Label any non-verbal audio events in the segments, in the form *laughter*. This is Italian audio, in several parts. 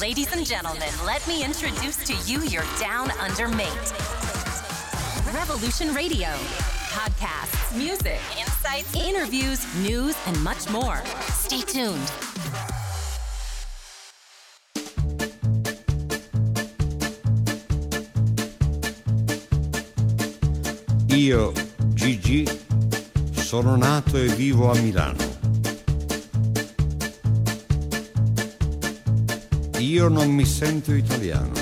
Ladies and gentlemen, let me introduce to you your down under mate. Revolution Radio. Podcasts, music, insights, interviews, news, and much more. Stay tuned. Io, Gigi, sono nato e vivo a Milano. Io non mi sento italiano,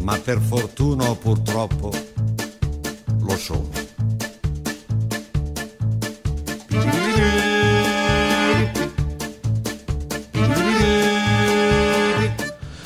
ma per fortuna o purtroppo lo sono.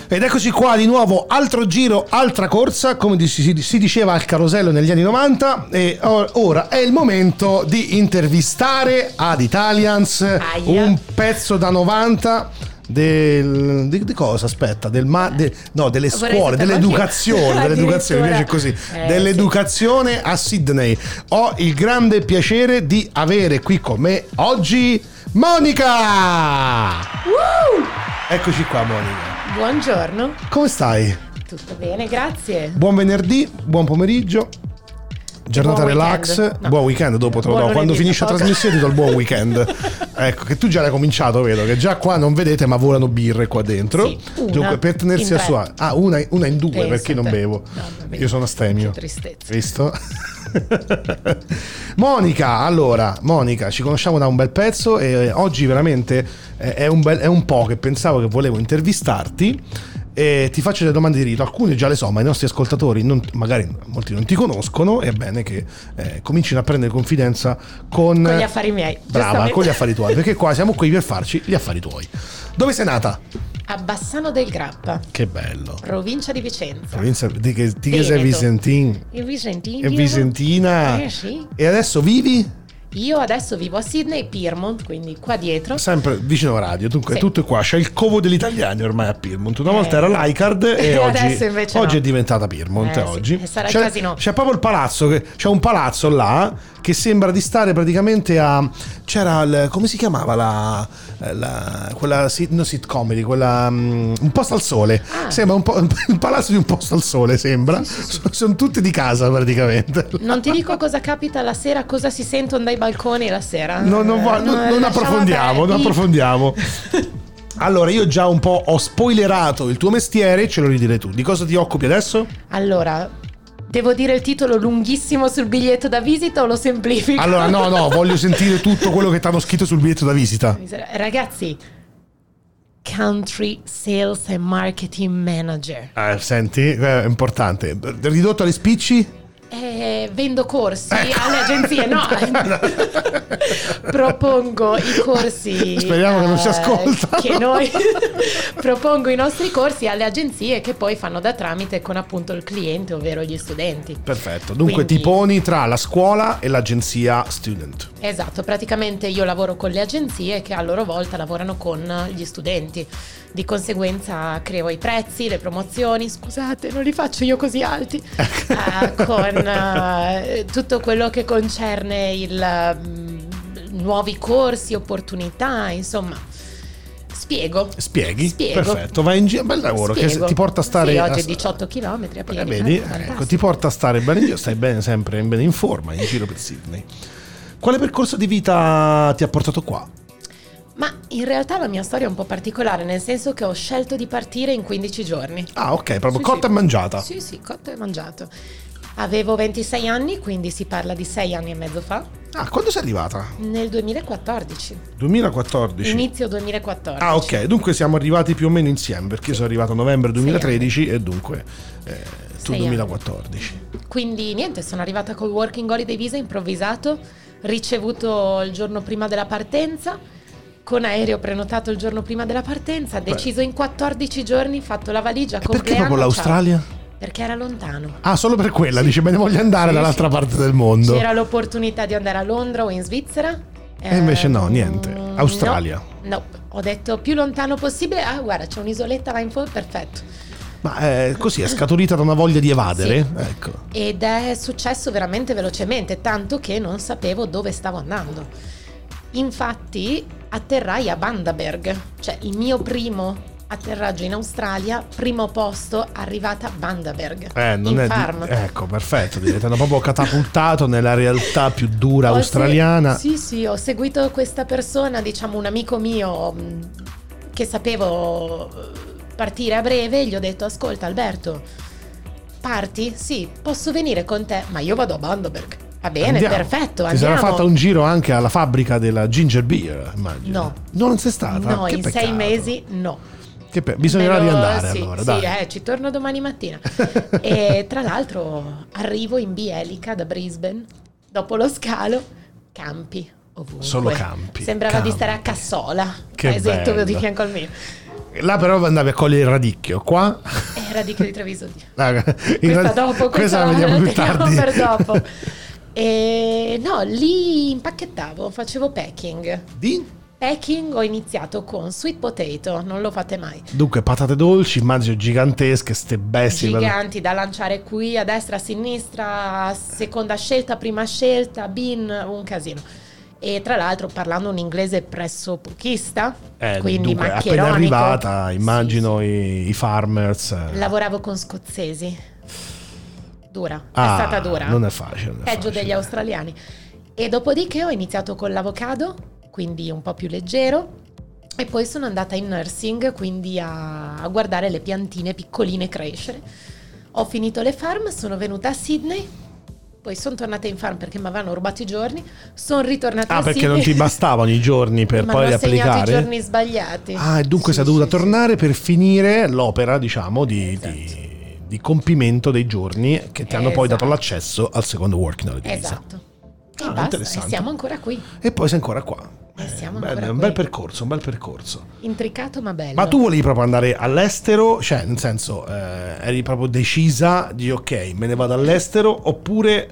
Ed eccoci qua di nuovo, altro giro, altra corsa, come di- si, si diceva al carosello negli anni 90 e or- ora è il momento di intervistare ad Italians un pezzo da 90 del, di, di cosa aspetta del ma- de- no, delle Vorrei scuole saperlo *laughs* dell'educazione anch'io. dell'educazione mi piace così Addirittura. Eh, dell'educazione a Sydney ho il grande piacere di avere qui con me oggi Monica eccoci qua Monica Buongiorno, come stai? tutto bene, grazie. Buon venerdì, buon pomeriggio. Giornata Buon relax, weekend. No. buon weekend. Dopo te lo do. Buon Quando lunedì, finisce la poco. trasmissione, ti do il buon *laughs* weekend. ecco, che tu già l'hai cominciato, vedo che già qua non vedete, ma volano birre qua dentro. Sì, una Dunque, per tenersi in a sua. Ah, una, una in due Pensa perché non te. bevo. No, vabbè. Io sono astemio. Che tristezza. Visto? Monica, allora, Monica, ci conosciamo da un bel pezzo e eh, oggi veramente eh, è un, bel- è un po' che pensavo che volevo intervistarti e ti faccio delle domande di rito, alcune già le so, ma i nostri ascoltatori non- magari molti non ti conoscono, è bene che eh, comincino a prendere confidenza con... Con gli affari miei, Brava, giustamente. con gli affari tuoi, perché qua siamo qui per farci gli affari tuoi. Dove sei nata? A Bassano del Grappa, Che bello. provincia di Vicenza. Provincia di che, di che sei Veneto. Visentin? In Vicentina. E Visentina. Eh sì. E adesso vivi? Io adesso vivo a Sydney, Piedmont, quindi qua dietro. Sempre vicino a radio, dunque Sì. tutto è qua. C'è il covo degli italiani ormai a Pyrmont. Una volta Eh. era l'Icard e E oggi, *laughs* adesso invece oggi no. è diventata Pyrmont. Eh, oggi. sì, e sarà il c'è, casino. c'è proprio il palazzo, che- c'è un palazzo là che sembra di stare praticamente a. C'era il, come si chiamava la. la- quella sit, no, sitcom, di quella. mm, un posto al sole. Ah. Sembra un po', *laughs* il palazzo di un posto al sole, sembra. So- Sono tutti di casa praticamente. Non ti dico cosa capita la sera, cosa si sentono dai balconi la sera. No, non, va- Eh, non- non lasciamo approfondiamo, andare. non I- approfondiamo. *laughs* Allora, io già un po' ho spoilerato il tuo mestiere, ce lo ridirei tu. Di cosa ti occupi adesso? Allora, devo dire il titolo lunghissimo sul biglietto da visita o lo semplifico? Allora, no, no, voglio sentire tutto quello che ti hanno scritto sul biglietto da visita. Miseria- Ragazzi, Country Sales and Marketing Manager. Eh, senti, eh, è importante. Ridotto alle spicci? Eh, vendo corsi Ecco. alle *laughs* agenzie, no. *laughs* propongo i corsi. Speriamo che non ci eh, ascoltano. Che noi *laughs* propongo i nostri corsi alle agenzie che poi fanno da tramite con appunto il cliente, ovvero gli studenti. Perfetto, dunque Quindi- ti poni tra la scuola e l'agenzia student. Esatto, praticamente io lavoro con le agenzie che a loro volta lavorano con gli studenti. Di conseguenza creo i prezzi, le promozioni, scusate, non li faccio io *laughs* così alti, eh, con eh, tutto quello che concerne il mm, nuovi corsi, opportunità, insomma. Spiego. Spieghi? Spiego. Perfetto, vai in giro, bel lavoro Spiego. che ti porta a stare Sì, oggi a- 18 km a piedi. Eh, vedi, eh, fantastico. ecco, ti porta a stare bene in giro, stai bene sempre bene in forma in giro per Sydney. Quale percorso di vita ti ha portato qua? Ma in realtà la mia storia è un po' particolare, nel senso che ho scelto di partire in 15 giorni. Ah, ok, proprio Sì, cotta sì. e mangiata. Sì, sì, cotto e mangiato. Avevo 26 anni, quindi si parla di 6 anni e mezzo fa, Ah, quando sei arrivata? nel 2014, 2014. inizio 2014. ah, ok, dunque siamo arrivati più o meno insieme perché io sono arrivato a novembre 2013 e dunque eh, tu Sei anni. 2014. Quindi niente, sono arrivata col Working Holiday Visa improvvisato, ricevuto il giorno prima della partenza, con aereo prenotato il giorno prima della partenza, deciso in 14 giorni, fatto la valigia, E perché compleanno, proprio ciao. l'Australia? Perché era lontano. Ah, solo per quella, dice, me ne voglio andare Sì, dall'altra sì. parte del mondo. C'era l'opportunità di andare a Londra o in Svizzera. E invece no, niente. mm, Australia. No, no. ho detto più lontano possibile. Ah, guarda, c'è un'isoletta là in fuori, perfetto. Ma eh, così è scaturita da una voglia di evadere? Sì. Ecco. Ed è successo veramente velocemente, tanto che non sapevo dove stavo andando. Infatti, atterrai a Bandaberg, cioè il mio primo atterraggio in Australia, primo posto arrivata Vandaberg. Eh, non in è di- farm. ecco, perfetto, direi, ti hanno *laughs* proprio catapultato nella realtà più dura Ho se- australiana. Sì, sì, ho seguito questa persona, diciamo un amico mio mh, che sapevo eh, partire a breve, gli ho detto "Ascolta Alberto, parti? Sì, posso venire con te, ma io vado a Vandenberg". Va bene, Andiamo. perfetto, Ti andiamo. sarà fatta un giro anche alla fabbrica della ginger beer, immagino. No. Non sei stata? No, Ah, Che in sei peccato. mesi no. Che pe- Bisognerà Me lo- riandare sì, allora, sì, dai. eh, ci torno *laughs* domani mattina. e tra l'altro arrivo in bielica da Brisbane, dopo lo scalo, campi ovunque. Solo campi, Sembrava campi. di stare a Cassola, Che paesetto bello. di fianco al mio. eh. Là però andavi a cogliere il radicchio, *laughs* qua... Era di che di Treviso. Dio. Ah, in Questa realtà- dopo, questa, questa la vediamo più teniamo tardi. per *laughs* dopo. E no, lì impacchettavo, facevo packing. Di? Packing ho iniziato con sweet potato, non lo fate mai. Dunque, patate dolci, immagino gigantesche, ste bestie. per- giganti da lanciare qui a destra, a sinistra, seconda scelta, prima scelta, bin, un casino. E tra l'altro parlando un inglese presso pochista, Eh, quindi dunque, appena maccheronico. arrivata, Sì, immagino i, i farmers. eh. sì. Lavoravo con scozzesi. Dura, Ah, è stata dura. Non è facile. non è Peggio facile. Ah, degli australiani. E dopodiché ho iniziato con l'avocado, quindi un po' più leggero. E poi sono andata in nursing, quindi a, a guardare le piantine piccoline crescere. Ho finito le farm, sono venuta a Sydney, poi sono tornata in farm perché mi avevano rubato i giorni, sono ritornata Ah, a Sydney. perché non ti *laughs* bastavano i giorni per Mi poi hanno assegnato applicare? i giorni sbagliati. Ah, e dunque Sì, sei dovuta sì, Esatto. sì. tornare per finire l'opera, diciamo, di, di- di compimento dei giorni che ti hanno poi dato Esatto. l'accesso al secondo working holiday visa. Esatto. E Ah, basta, e interessante. siamo ancora qui. E poi sei ancora qua. E siamo Eh, ancora beh, è un qui. bel percorso, un bel percorso. Intricato ma bello. Ma tu volevi proprio andare all'estero, cioè nel senso eh, eri proprio decisa di ok, me ne vado all'estero oppure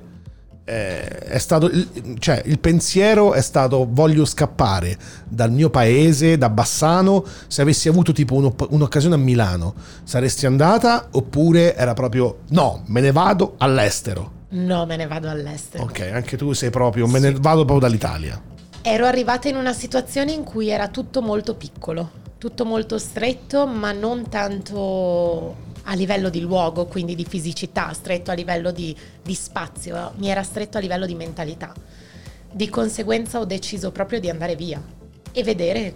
eh, è stato il, cioè, il pensiero è stato voglio scappare dal mio paese, da Bassano, se avessi avuto tipo un'opp- un'occasione a Milano saresti andata oppure era proprio no, me ne vado all'estero. No, me ne vado all'estero. Ok, anche tu sei proprio me ne vado proprio dall'Italia. Ero arrivata in una situazione in cui era tutto molto piccolo, tutto molto stretto, ma non tanto a livello di luogo, quindi di fisicità, stretto a livello di, di spazio, mi era stretto a livello di mentalità. Di conseguenza ho deciso proprio di andare via e vedere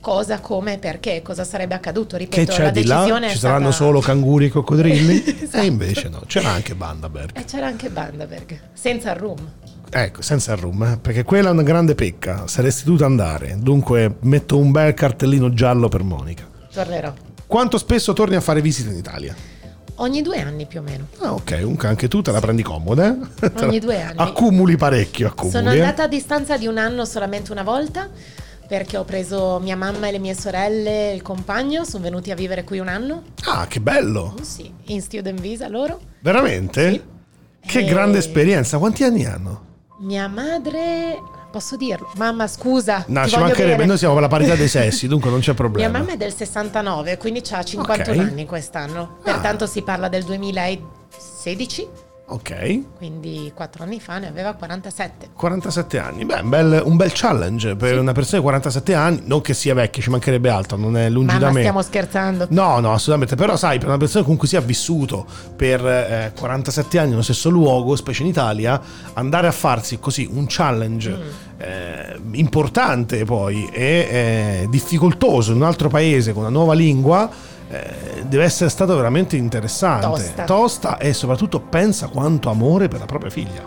cosa, come, perché, cosa sarebbe accaduto. Che Ripeto, c'è Certo, la di là? decisione è Ci saranno stata- solo canguri e *laughs* coccodrilli? E Esatto. Eh, invece no, c'era anche Bandaberg. E Eh, c'era anche Bandaberg, senza room. Ecco, senza il room, eh, perché quella è una grande pecca, saresti dovuta andare. Dunque metto un bel cartellino giallo per Monica. Tornerò. Quanto spesso torni a fare visite in Italia? Ogni due anni più o meno. Ah, ok, comunque anche tu te la prendi comoda, eh? *laughs* Te la- Ogni due anni. Accumuli parecchio, accumuli. Sono eh. andata a distanza di un anno solamente una volta perché ho preso mia mamma e le mie sorelle e il compagno, sono venuti a vivere qui un anno, Ah, che bello! sì, in student visa loro. Veramente? Che E- grande esperienza, quanti anni hanno? Mia madre, posso dirlo? Mamma, scusa. No, ti ci voglio mancherebbe, bene. noi siamo per la parità dei *laughs* sessi, dunque non c'è Mia problema. mamma è del 69, quindi ha 51 Ok. anni quest'anno. Ah. Pertanto si parla del 2016, Ok. quindi 4 anni fa ne aveva 47. 47 anni, beh, un bel, un bel challenge per una persona di 47 anni, non che sia vecchia, ci mancherebbe altro, non è lungi da Mamma, me. stiamo scherzando. No, no, assolutamente, però sai, per una persona con cui si è vissuto per eh, 47 anni nello stesso luogo, specie in Italia, andare a farsi così un challenge Mm. eh, importante poi e eh, difficoltoso in un altro paese con una nuova lingua eh, deve essere stato veramente interessante, Tosta. tosta e soprattutto pensa quanto amore per la propria figlia.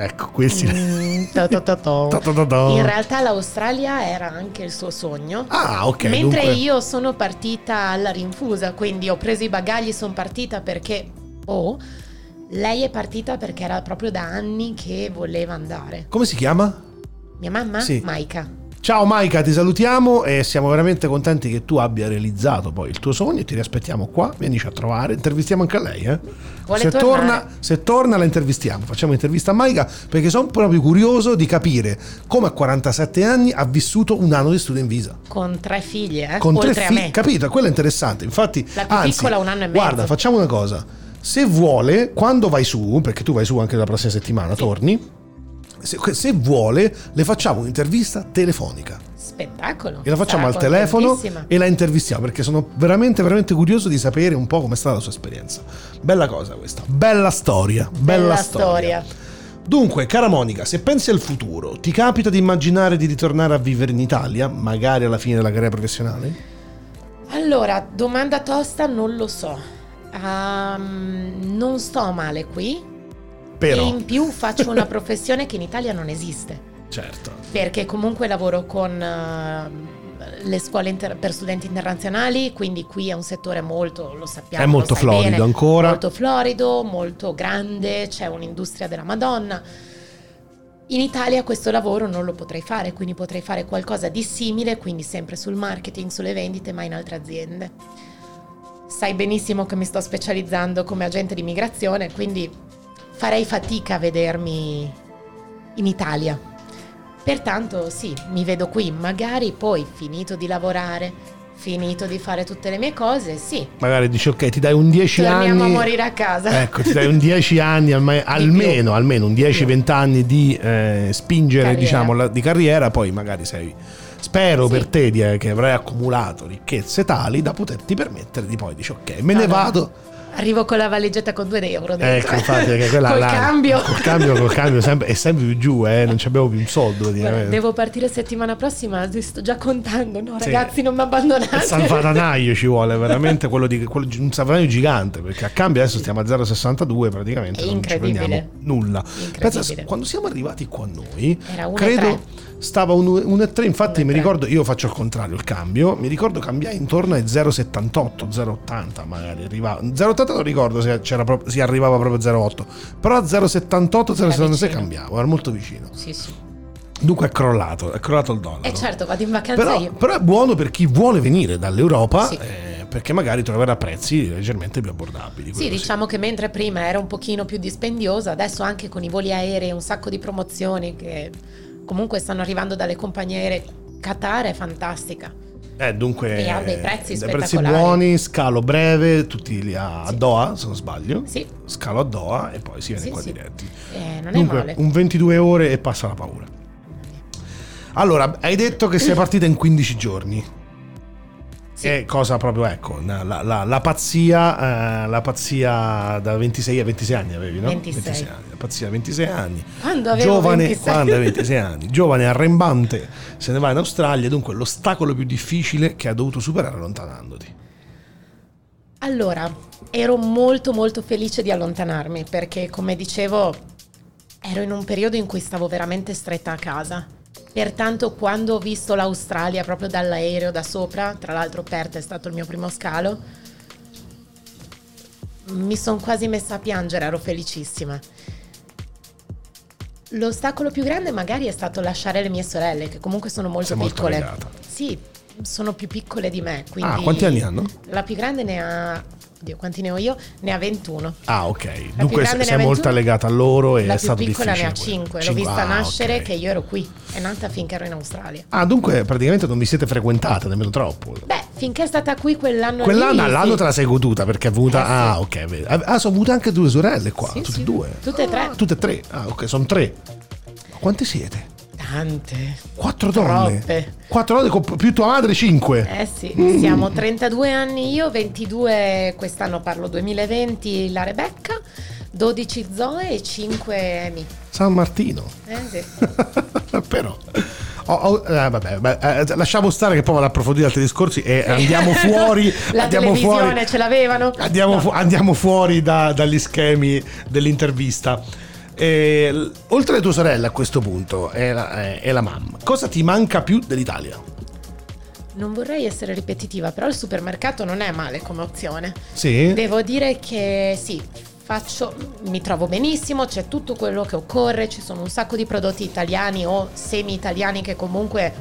Ecco, qui il silenzio. Mm, Ta ta ta ta. Ta ta ta ta. In realtà l'Australia era anche il suo sogno. *laughs* Ah, ok. Mentre dunque- io sono partita alla rinfusa, quindi ho preso i bagagli e sono partita perché... Oh, lei è partita perché era proprio da anni che voleva andare. Come si chiama? Mia mamma? Sì. Maika. Ciao Maika, ti salutiamo e siamo veramente contenti che tu abbia realizzato poi il tuo sogno. Ti riaspettiamo qua, vienici a trovare, intervistiamo anche a lei. eh. Vuole se, torna, tornare. se torna la intervistiamo, facciamo intervista a Maika perché sono proprio curioso di capire come a 47 anni ha vissuto un anno di studio in visa. Con tre figlie, eh? Con oltre tre a figli, me. capito? Quello è interessante. Infatti, La più anzi, piccola ha un anno e mezzo. Guarda, facciamo una cosa. Se vuole, quando vai su, perché tu vai su anche la prossima settimana, torni. se, se vuole, le facciamo un'intervista telefonica. Spettacolo. E la facciamo Sarà al telefono contentissima. e la intervistiamo perché sono veramente, veramente curioso di sapere un po' com'è stata la sua esperienza. Bella cosa questa, bella storia, bella, Bella storia. storia. Dunque, cara Monica, se pensi al futuro, ti capita di immaginare di ritornare a vivere in Italia, magari alla fine della carriera professionale? Allora, domanda tosta, non lo so. Ehm, non sto male qui. Però, E in più faccio una professione che in Italia non esiste. certo. perché comunque lavoro con eh, le scuole inter- per studenti internazionali, quindi qui è un settore molto, lo sappiamo, È molto lo sai florido bene, ancora. molto florido, molto grande, c'è un'industria della Madonna. In Italia questo lavoro non lo potrei fare, quindi potrei fare qualcosa di simile, quindi sempre sul marketing, sulle vendite, ma in altre aziende. Sai benissimo che mi sto specializzando come agente di immigrazione, quindi farei fatica a vedermi in Italia. Pertanto sì, mi vedo qui, magari poi finito di lavorare, finito di fare tutte le mie cose, sì, Magari dici ok, ti dai un 10 torniamo anni. a morire a casa. Ecco, ti dai un 10 anni, alme- almeno, almeno un 10-20 anni di eh, spingere, Carriera. diciamo, la- di carriera, poi magari sei. Spero Sì. per te di- eh, che avrai accumulato ricchezze tali da poterti permettere di poi dici ok, me No, ne no. vado. Arrivo con la valigetta con 2 euro. dentro. Ecco, infatti, perché quella *laughs* Col là- cambio. Col cambio, col cambio sempre- è sempre più giù, eh, non ci abbiamo più un soldo. *laughs* Guarda, praticamente. devo partire settimana prossima, sto già contando, no Sì. ragazzi non mi Il abbandonate. salvatanaio ci vuole *laughs* veramente quello di quello di- un salvatanaio gigante perché a cambio adesso stiamo a 0,62 praticamente È non ci incredibile. prendiamo nulla Incredibile. Pensa, se- quando siamo arrivati qua noi Era uno e credo tre. stava 1,3 infatti Uno e mi tre. ricordo io faccio al contrario il cambio mi ricordo cambiai intorno ai 0,78 0,80 magari arrivava 0,80 non ricordo se c'era proprio- si arrivava proprio a 0,8 però a 0,78 0,76 vicino. cambiavo era molto vicino Sì, sì. dunque è crollato è crollato il dollaro E certo, vado in vacanza però, io. però è buono per chi vuole venire dall'Europa Sì. eh, perché magari troverà prezzi leggermente più abbordabili. Sì, quello diciamo che mentre prima era un pochino più dispendiosa, adesso anche con i voli aerei, un sacco di promozioni che comunque stanno arrivando dalle compagnie aeree. Qatar è fantastica. Eh, dunque, E ha dei prezzi dei prezzi spettacolari. buoni, scalo breve, tutti lì a Sì. Doha, se non sbaglio. Sì. Scalo a Doha e poi si viene Sì, qua sì. diretti. Eh, non Dunque, è male. un 22 ore e passa la paura. Allora, hai detto che sei partita in 15 giorni. Sì. È cosa proprio, ecco, la, la- la pazzia, eh, la pazzia da 26 a 26 anni avevi, no? 26. anni, la pazzia a 26 anni. Quando avevo giovane, 26. quando *laughs* avevi 26 anni, giovane arrembante, se ne va in Australia, dunque l'ostacolo più difficile che ha dovuto superare allontanandoti. Allora, ero molto molto felice di allontanarmi perché come dicevo ero in un periodo in cui stavo veramente stretta a casa. Pertanto quando ho visto l'Australia proprio dall'aereo da sopra, tra l'altro Perth è stato il mio primo scalo, mi sono quasi messa a piangere, ero felicissima. L'ostacolo più grande magari è stato lasciare le mie sorelle, che comunque sono molto Sei molto piccole. legata. sì, sono più piccole di me. Quindi Ah, quanti anni hanno? la più grande ne ha. Oddio, quanti ne ho io? Ne ha 21. Ah, ok. La Dunque più grande ne sei ha 21, molto legata a loro e la è più stato piccola difficile. ne ha quello. 5. L'ho Cinque- vista ah, nascere ok. che io ero qui. È nata finché ero in Australia. Ah, dunque praticamente non vi siete frequentate nemmeno troppo. Beh, finché è stata qui quell'anno Quell'anno lì, l'anno sì. te la sei goduta perché è venuta. Eh, sì. Ah, ok. vedi. Ah, sono avute anche due sorelle qua. Sì, tutte sì. e due. Tutte e tre. Ah, tutte e tre. Ah, ok, sono tre. Ma quante siete? Tante. Quattro donne. Troppe. Quattro donne con- più tua madre, cinque. Eh sì, siamo 32 anni io, 22 quest'anno parlo 2020 la Rebecca, 12 Zoe e 5 Amy. San Martino. *laughs* Eh sì. Però. Oh, oh, eh, vabbè, beh, eh, lasciamo stare che poi vado ad approfondire altri discorsi e *laughs* andiamo fuori. La andiamo televisione fuori. ce l'avevano? Andiamo, No. fu- andiamo fuori da- dagli schemi dell'intervista. E, l- oltre alle tue sorelle a questo punto e la, è- è la mamma, cosa ti manca più dell'Italia? Non vorrei essere ripetitiva, però il supermercato non è male come opzione. Sì? Devo dire che sì, faccio, mi trovo benissimo, c'è tutto quello che occorre, ci sono un sacco di prodotti italiani o semi italiani che comunque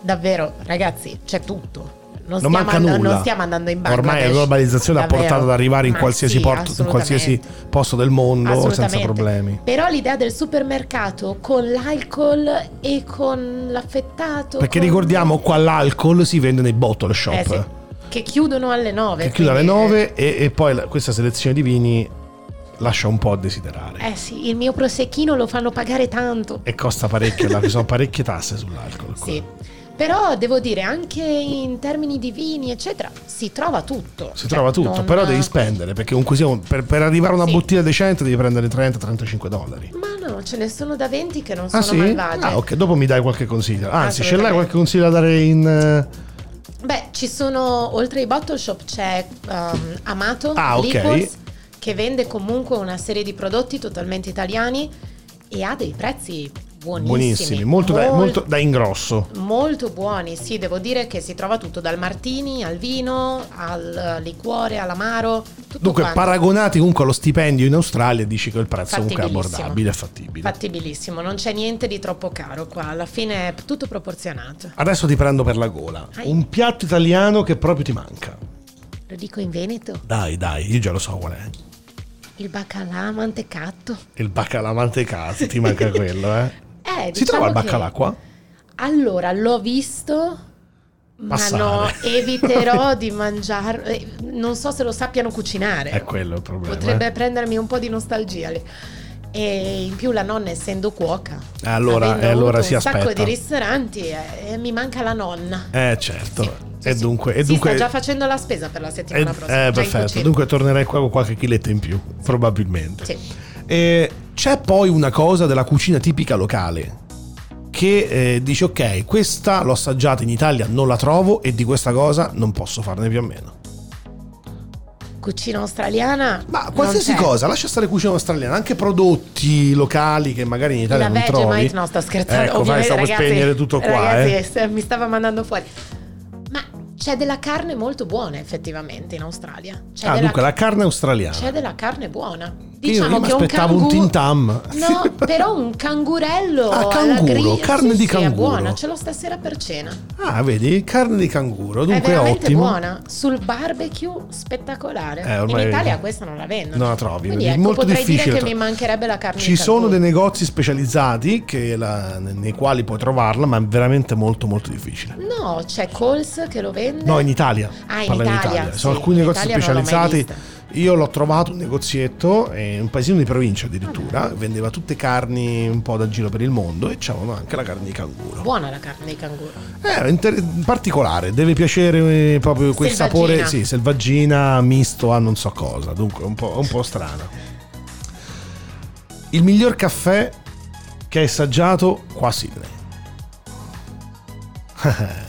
davvero, ragazzi, c'è tutto. Non, stiamo manca and- nulla. non stiamo andando in Bangladesh. Ormai la globalizzazione ha davvero. portato ad arrivare in Ma qualsiasi, sì, porto, in qualsiasi assolutamente. posto del mondo senza Assolutamente. problemi. Però l'idea del supermercato con l'alcol e con l'affettato. Perché con- ricordiamo qua l'alcol si vende nei bottle shop. Eh sì, che chiudono alle 9. che chiude alle quindi, 9 e, e poi la- questa selezione di vini lascia un po' a desiderare. Eh sì, il mio prosecchino lo fanno pagare tanto. E costa parecchio, là, ci sono parecchie tasse sull'alcol. Sì. Però devo dire, anche in termini di vini, eccetera, si trova tutto. Si Cioè, trova tutto, non- però devi spendere, perché comunque sia, per, per arrivare a una Sì. bottiglia decente devi prendere 30-35 dollari. Ma no, ce ne sono da 20 che non Ah sono sì? malvagie. Ah ok, dopo mi dai qualche consiglio. Anzi, ce l'hai Assolutamente. qualche consiglio da dare in... eh, Beh, ci sono, oltre ai bottle shop c'è ehm, Amato Ah, ok. Liquors, che vende comunque una serie di prodotti totalmente italiani e ha dei prezzi buonissimi. Buonissimi, molto, da, Mol- molto da ingrosso. molto buoni, sì, devo dire che si trova tutto, dal martini al vino, al liquore, all'amaro, tutto Dunque, quanto. paragonati comunque allo stipendio in Australia, dici che il prezzo comunque è Fattibilissimo. abbordabile, è fattibile. Fattibilissimo, non c'è niente di troppo caro qua, alla fine è tutto proporzionato. Adesso ti prendo per la gola. Ai. Un piatto italiano che proprio ti manca. Lo dico in Veneto, Dai, dai, io già lo so qual è. il baccalà mantecato. Il baccalà mantecato, ti *laughs* manca quello, eh? Eh, si diciamo trova il che- baccalà qua? Allora, l'ho visto, ma Passare. no, *laughs* eviterò di mangiarlo. Eh, Non so se lo sappiano cucinare. È quello il problema. Potrebbe eh. prendermi un po' di nostalgia lì. E in più la nonna, essendo cuoca, Eh, allora- avendo eh, allora avuto si un sacco aspetta. di ristoranti, eh, eh, mi manca la nonna. Eh, certo. Sì, sì, e sì. dunque... E si dunque sta già facendo la spesa per la eh, settimana prossima. eh, già in perfetto. cucina. Dunque tornerai qua con qualche chiletta in più, probabilmente. Sì. E c'è poi una cosa della cucina tipica locale che eh, dice ok, questa l'ho assaggiata in Italia, non la trovo e di questa cosa non posso farne più a meno. Cucina australiana. Ma non qualsiasi c'è. cosa, lascia stare cucina australiana, anche prodotti locali che magari in Italia la non Vegemite, trovi. no, sto scherzando. Ecco, fai, Ovviamente, stavo ragazzi, spegnere tutto qua, ragazzi, eh. se- mi stava mandando fuori. Ma c'è della carne molto buona, effettivamente, in Australia. C'è, Ah, della, dunque la carne australiana. c'è della carne buona. Io- Diciamo io mi che un aspettavo canguro. un Tin Tam. *laughs* No, però un cangurello. Ah, alla canguro, griglia- carne sì, di sì, canguro. È buona, ce l'ho stasera per cena. Ah, vedi, carne di canguro, dunque è è veramente ottimo. buona. Sul barbecue spettacolare. Eh, ormai- in Italia questa non la vendono. Non la trovi, Quindi è ecco, molto potrei difficile. dire che mi mancherebbe la carne Ci di sono canguro. dei negozi specializzati che la- nei quali puoi trovarla, ma è veramente molto molto difficile. No, c'è Coles che lo vende. No, in Italia. Ah, in Parla in Italia, Italia. Sono sì, alcuni in negozi Italia non l'ho mai specializzati. vista. Io l'ho trovato un negozietto eh, in un paesino di provincia addirittura, vendeva tutte carni un po' da giro per il mondo e c'avevano anche la carne di canguro. Buona la carne di canguro. Eh, inter- particolare, deve piacere eh, proprio quel Selvaggina. sapore, sì, selvaggina misto a non so cosa, dunque un po', un po' strana. Il miglior caffè che hai assaggiato qua a Sydney. *laughs*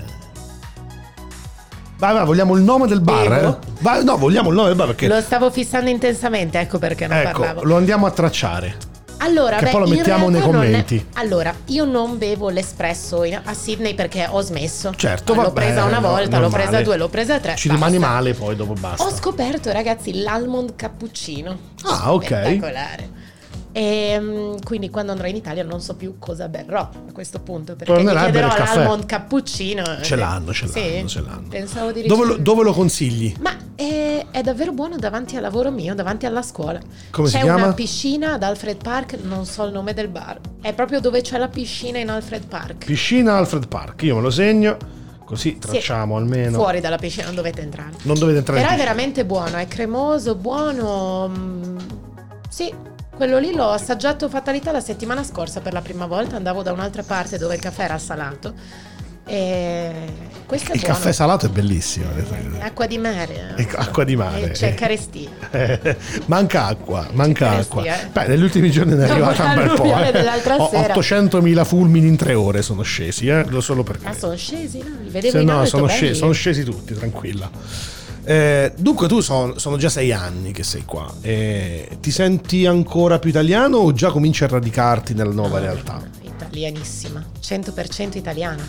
Vai, vai, vogliamo il nome del bar. Bevo? eh? Vai, no, vogliamo il nome del bar perché... Lo stavo fissando intensamente, ecco perché non ecco, parlavo. lo andiamo a tracciare. Allora, che beh, poi lo in mettiamo realtà nei non è- commenti. Allora, io non bevo l'espresso in- a Sydney perché ho smesso. Certo, Ah, l'ho vabbè, presa una no, volta, l'ho normale. presa due, l'ho presa tre. Ci basta. rimani male poi dopo basta. Ho scoperto, ragazzi, l'almond cappuccino. Ah, ok. Spettacolare. E mm, quindi quando andrò in Italia non so più cosa berrò a questo punto perché Tornerai a mi chiederò bere il caffè. l'almond cappuccino. Ce l'hanno, ce Sì? l'hanno, ce l'hanno. Pensavo di Dove lo, ricevere- dove lo consigli? Ma è, è davvero buono davanti al lavoro mio, davanti alla scuola. Come si c'è chiama? una piscina ad Alfred Park, non so il nome del bar. È proprio dove c'è la piscina in Alfred Park. Piscina Alfred Park, io me lo segno, così Sì, tracciamo almeno. Fuori dalla piscina, non dovete entrare. Non dovete entrare Però è in piscina. veramente buono, è cremoso, buono. mm, Sì, quello lì l'ho assaggiato fatalità la settimana scorsa per la prima volta. Andavo da un'altra parte dove il caffè era salato. E questo è Il buono. caffè salato è bellissimo. eh. Acqua di mare. Ecco, acqua di mare. E *laughs* C'è carestia. manca acqua, manca C'è acqua. carestia, eh. Beh, negli ultimi giorni ne è Dopo arrivata un bel po'. l'alluvione eh. dell'altra Ho sera. 800.000 fulmini in tre ore sono scesi, eh, lo solo per Ah, questo. sono scesi, no? Li vedevo Se in no, alto, sono belli. scesi, sono scesi tutti, tranquilla. Eh, dunque, tu so- sono già sei anni che sei qua. eh, ti senti ancora più italiano o già cominci a radicarti nella Ah. nuova realtà? Italianissima, 100% italiana.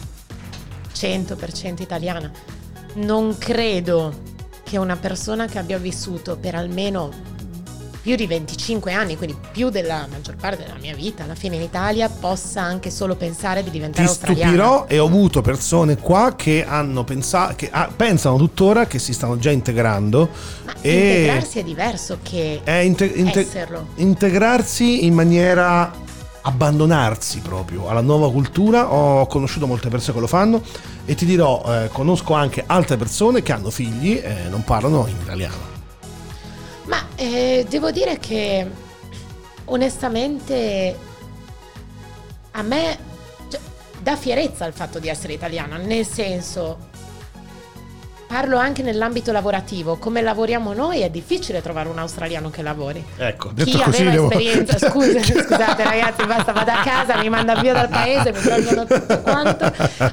100% italiana. Non credo che una persona che abbia vissuto per almeno più di 25 anni, quindi più della maggior parte della mia vita, alla fine in Italia, possa anche solo pensare di diventare Ti australiana. stupirò e ho avuto persone qua che hanno pensato, che ah, pensano tuttora che si stanno già integrando. Ma e integrarsi è diverso che è inte- inte- esserlo. integrarsi in maniera abbandonarsi proprio alla nuova cultura. Ho conosciuto molte persone che lo fanno e ti dirò, eh, conosco anche altre persone che hanno figli e non parlano in italiano. Ma eh, devo dire che onestamente a me cioè, dà fierezza il fatto di essere italiana, nel senso parlo anche nell'ambito lavorativo, come lavoriamo noi è difficile trovare un australiano che lavori. Ecco, Chi detto così aveva devo... *laughs* esperienza, scusa, scusate ragazzi, basta, vado a casa, mi manda via dal paese, mi prendono tutto quanto.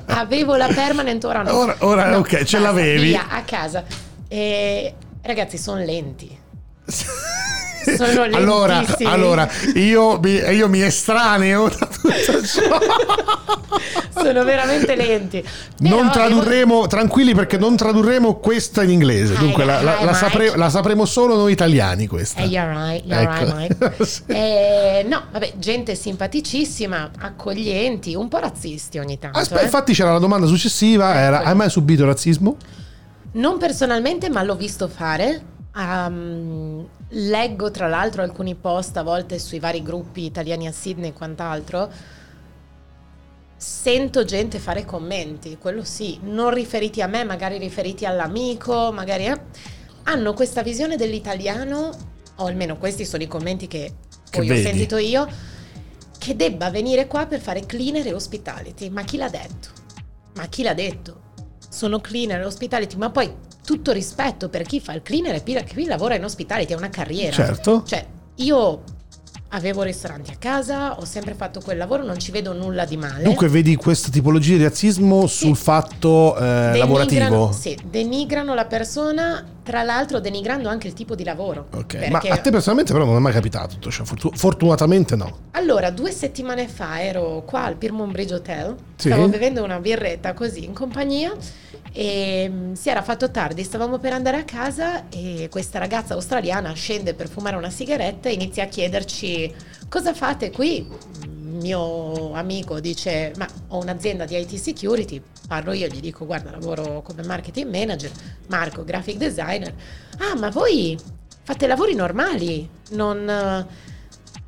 Avevo la permanent, ora no. Ora- ora, No, ok, ce basta, l'avevi. Via, a casa. E, ragazzi, sono lenti. Sono allora, lentissimi. allora io, mi, io mi estraneo da tutto ciò. Sono veramente lenti. Però *laughs* non devo- tradurremo, tranquilli perché non tradurremo questa in inglese. Ah, Dunque, la, la- eh, la Mike. sapre- la sapremo solo noi italiani questa. Eh, you're right, you're Ecco. right, *laughs* Mike. Sì. Eh, no, vabbè, gente simpaticissima, accoglienti, un po' razzisti ogni tanto. Aspe- eh. infatti c'era la domanda successiva, era Ecco. hai mai subito razzismo? Non personalmente, ma l'ho visto fare. Ehm, leggo tra l'altro alcuni post a volte sui vari gruppi italiani a Sydney e quant'altro. Sento gente fare commenti, quello sì, non riferiti a me, magari riferiti all'amico, magari eh. hanno questa visione dell'italiano, o almeno questi sono i commenti che Che poi ho vedi. sentito io, che debba venire qua per fare cleaner e hospitality. Ma chi l'ha detto? Ma chi l'ha detto? Sono cleaner e hospitality, ma poi tutto rispetto per chi fa il cleaner e chi chi lavora in hospitality, è una carriera. Certo. Cioè, io avevo ristoranti a casa, ho sempre fatto quel lavoro, non ci vedo nulla di male. Dunque vedi questa tipologia di razzismo sul fatto eh, lavorativo. Sì, denigrano la persona, tra l'altro denigrando anche il tipo di lavoro. Ok, Perché- Ma a te personalmente però non è mai capitato tutto ciò, fortu- fortunatamente no. Allora, due settimane fa ero qua al Pyrmont Bridge Hotel, Sì. stavo bevendo una birretta così in compagnia e mm, si era fatto tardi, stavamo per andare a casa e questa ragazza australiana scende per fumare una sigaretta e inizia a chiederci cosa fate qui? Mm, Mio amico dice ma ho un'azienda di IT security, parlo io, gli dico guarda lavoro come marketing manager, Marco graphic designer, ah ma voi fate lavori normali, non... eh,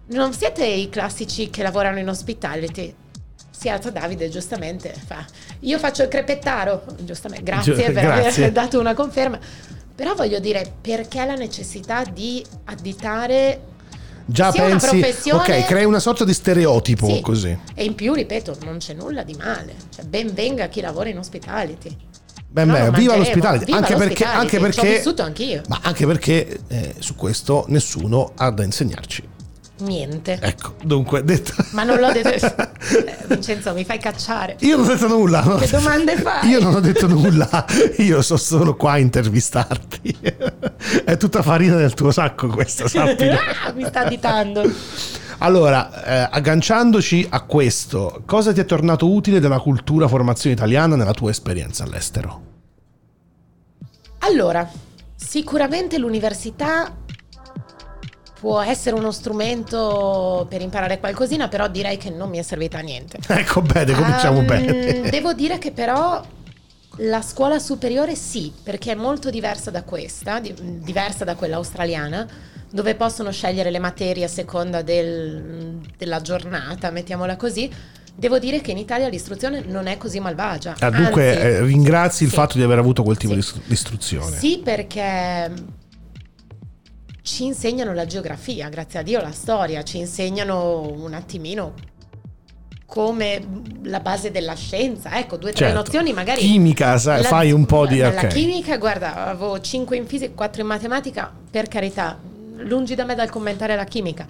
non siete i classici che lavorano in hospitality. Si alza Davide e giustamente fa io faccio il crepettaro, giustamente, grazie Gio- per *laughs* grazie. aver dato una conferma. Però voglio dire, perché la necessità di additare Già Sia una pensi, professione- ok, crei una sorta di stereotipo Sì. così. e in più, ripeto, non c'è nulla di male. Cioè, ben venga chi lavora in hospitality. Ben No, bene, lo viva mangeremo. l'ospitale, Viva anche perché, l'ospitale, anche sì, ci ho perché- vissuto anch'io. Ma anche perché eh, su questo nessuno ha da insegnarci. Niente. Ecco, dunque detto. Ma non *laughs* l'ho detto. Eh, Vincenzo, mi fai cacciare. Io non ho detto nulla. non ho Che detto- domande fai? Io non ho detto nulla. Io sono solo qua a intervistarti. *laughs* È tutta farina del tuo sacco questa, sappilo. *laughs* Ah, mi sta additando. Allora, eh, agganciandoci a questo, cosa ti è tornato utile della cultura formazione italiana nella tua esperienza all'estero? *laughs* Allora, sicuramente l'università può essere uno strumento per imparare qualcosina, però direi che non mi è servita a niente. Ecco bene, cominciamo Ehm, *laughs* bene. Devo dire che però la scuola superiore sì, perché è molto diversa da questa, di- diversa da quella australiana, dove possono scegliere le materie a seconda del- della giornata, mettiamola così. Devo dire che in Italia l'istruzione non è così malvagia. Ah, dunque, anzi- eh, ringrazi il Sì. fatto di aver avuto quel tipo Sì. di istru- di istruzione. Sì, perché ci insegnano la geografia, grazie a Dio la storia, ci insegnano un attimino come la base della scienza, ecco, due o tre Certo. nozioni magari... Chimica, sai, La- fai un po' di. La ok. chimica, guarda, avevo 5 in fisica, 4 in matematica, per carità, lungi da me dal commentare la chimica.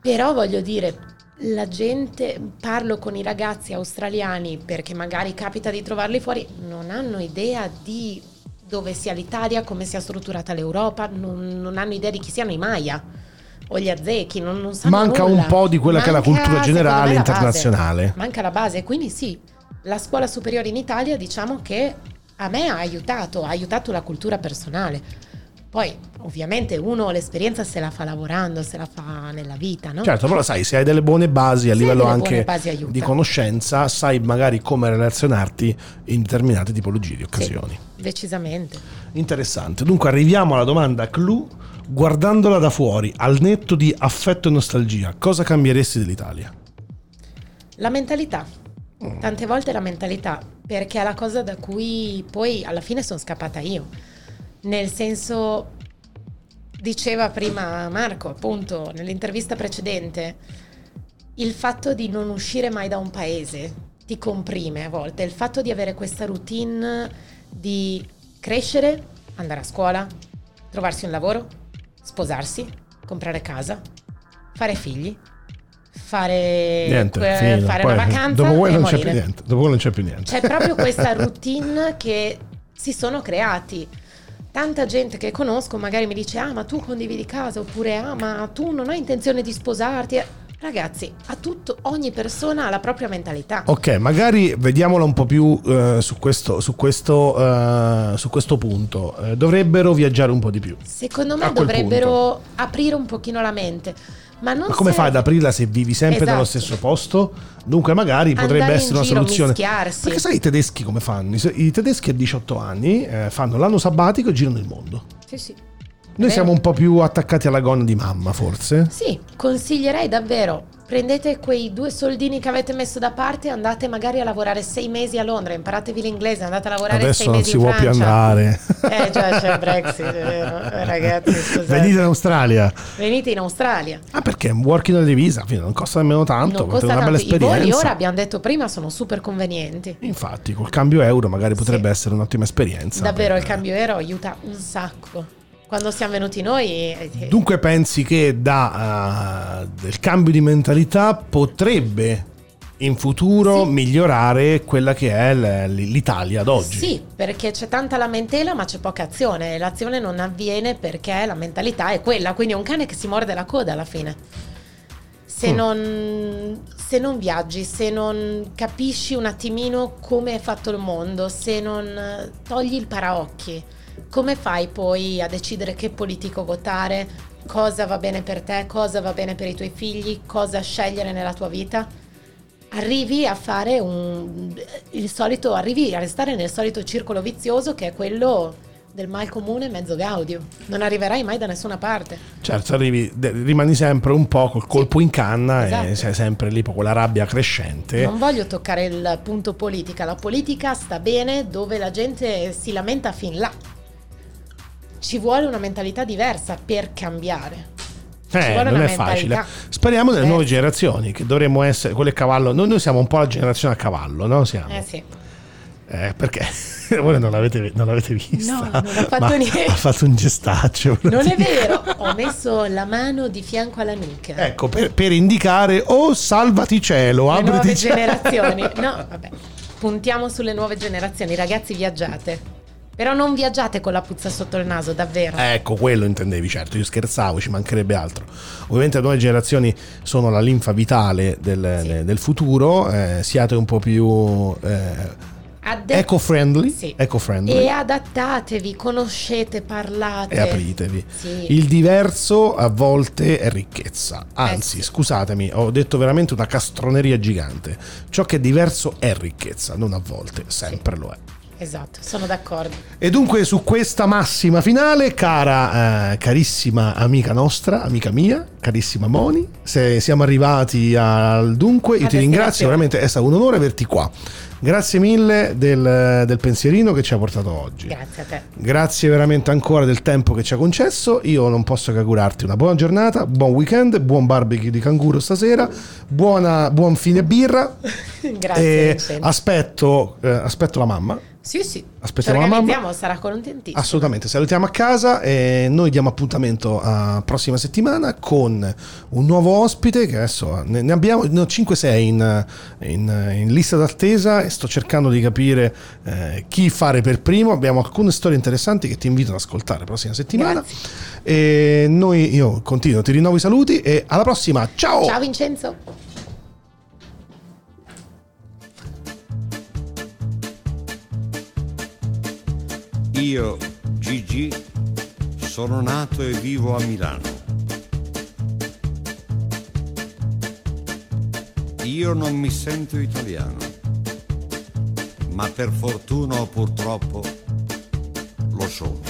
Però voglio dire, la gente, parlo con i ragazzi australiani perché magari capita di trovarli fuori, non hanno idea di dove sia l'Italia, come sia strutturata l'Europa, non, non hanno idea di chi siano i Maya o gli Aztechi, non, non sanno Manca nulla. un po' di quella che è la Manca, cultura secondo generale me, la base. internazionale. Manca la base, quindi sì, la scuola superiore in Italia diciamo che a me ha aiutato, ha aiutato la cultura personale. Poi ovviamente uno l'esperienza se la fa lavorando, se la fa nella vita, no? Certo, però sai, se hai delle buone basi a Se hai livello delle buone anche basi aiuta. di conoscenza, sai magari come relazionarti in determinate tipologie di occasioni. Decisamente. Interessante. Dunque arriviamo alla domanda clou. Guardandola da fuori, al netto di affetto e nostalgia, cosa cambieresti dell'Italia? La mentalità. Tante volte la mentalità, perché è la cosa da cui poi alla fine sono scappata io. Nel senso, diceva prima Marco, appunto, nell'intervista precedente, il fatto di non uscire mai da un paese ti comprime a volte, il fatto di avere questa routine di crescere, andare a scuola, trovarsi un lavoro, sposarsi, comprare casa, fare figli, fare, Niente, que- finito. Eh, fare Poi, una vacanza Dopo quello e non c'è morire. più niente. Dopo quello non c'è più niente. C'è proprio *laughs* questa routine che si sono creati. Tanta gente che conosco magari mi dice: Ah, ma tu condividi casa oppure ah, ma tu non hai intenzione di sposarti. Eh, Ragazzi, a tutto, ogni persona ha la propria mentalità. Ok, magari vediamola un po' più eh, su, questo, su, questo, eh, su questo punto. Eh, dovrebbero viaggiare un po' di più. Secondo A me quel dovrebbero aprire un pochino la mente. Ma, non Ma come fai serve- ad aprirla se vivi sempre nello Esatto. stesso posto? Dunque, magari potrebbe Andare in essere una giro, soluzione. mischiarsi. Perché sai i tedeschi come fanno? I se- I tedeschi a 18 anni eh, fanno l'anno sabbatico e girano il mondo. Sì, sì. Noi Vero. siamo un po' più attaccati alla gonna di mamma, forse. Sì, consiglierei davvero. Prendete quei due soldini che avete messo da parte e andate magari a lavorare sei mesi a Londra, imparatevi l'inglese, andate a lavorare Adesso sei non mesi si in può Francia. più andare. *laughs* Eh già, c'è il Brexit, è vero. Eh, ragazzi, scusate. Venite in Australia. Venite in Australia. Ah, perché un working holiday visa, fine, non costa nemmeno tanto, non potete costa una tanto. bella I esperienza. voli ora, abbiamo detto prima, sono super convenienti. Infatti, col cambio euro magari potrebbe essere un'ottima esperienza. Davvero, il Eh, cambio aereo aiuta un sacco. Quando siamo venuti noi... eh, eh, Dunque pensi che da eh, del cambio di mentalità potrebbe in futuro Sì. migliorare quella che è l- l- l'Italia d'oggi? Sì, perché c'è tanta lamentela ma c'è poca azione e l'azione non avviene perché la mentalità è quella, quindi è un cane che si morde la coda alla fine. Se, Mm. non, se non viaggi, se non capisci un attimino come è fatto il mondo, se non eh, togli il paraocchi, come fai poi a decidere che politico votare, cosa va bene per te, cosa va bene per i tuoi figli, cosa scegliere nella tua vita? arrivi a fare un il solito arrivi a restare nel solito circolo vizioso che è quello del mal comune mezzo gaudio non arriverai mai da nessuna parte Certo, arrivi, de- rimani sempre un po' col colpo in canna e Esatto. sei sempre lì con quella rabbia crescente. non voglio toccare il punto politica la politica sta bene dove la gente si lamenta fin là ci vuole una mentalità diversa per cambiare Ci Eh, vuole non una è facile. mentalità. Speriamo nelle Eh. nuove generazioni, che dovremmo essere quelle a cavallo. Noi, noi siamo un po' la generazione a cavallo, Ah, no? Siamo. *laughs* eh sì Eh, perché *laughs* voi non l'avete, non l'avete vista. No, non ho fatto ma niente. Ha fatto un gestaccio. non è vero ho messo la mano di fianco alla nuca Ecco, per, per indicare o salvati cielo, le apriti nuove cielo. *laughs* generazioni. No, vabbè. Puntiamo sulle nuove generazioni, ragazzi, viaggiate. Però non viaggiate con la puzza sotto il naso, davvero. Ecco, quello intendevi, certo, io scherzavo, ci mancherebbe altro. Ovviamente le nuove generazioni sono la linfa vitale del, Sì. del futuro, eh, siate un po' più eh, Adde- eco-friendly, Sì. eco-friendly E adattatevi, conoscete, parlate. e apritevi. Sì. Il diverso a volte è ricchezza. Anzi, Eh sì. scusatemi, ho detto veramente una castroneria gigante. Ciò che è diverso è ricchezza, non a volte, sempre lo è. Esatto, sono d'accordo. E dunque su questa massima finale, cara, eh, carissima amica nostra, amica mia, carissima Moni, se siamo arrivati al dunque, io A ti ringrazio, destinazione. veramente è stato un onore averti qua. Grazie mille del, del pensierino che ci ha portato oggi. Grazie a *laughs* te. Grazie veramente ancora del tempo che ci ha concesso. Io non posso che augurarti una buona giornata, buon weekend, buon barbecue di canguro stasera, buona, buon fine birra. *laughs* Grazie. E Vincenzo. aspetto, eh, aspetto la mamma. sì, sì. aspettiamo la Ci mamma. organizziamo, sarà contentissimo. Assolutamente, salutiamo a casa e noi diamo appuntamento a prossima settimana con un nuovo ospite che adesso ne ne abbiamo ne ho 5-6 in, in- in lista d'attesa e sto cercando di capire eh, chi fare per primo. Abbiamo alcune storie interessanti che ti invito ad ascoltare la prossima settimana. E noi, io continuo, ti rinnovo i saluti e alla prossima, ciao! Ciao Vincenzo. Io, Gigi, sono nato e vivo a Milano. Io non mi sento italiano, ma per fortuna o purtroppo lo sono.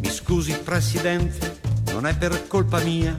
Mi scusi Presidente, non è per colpa mia,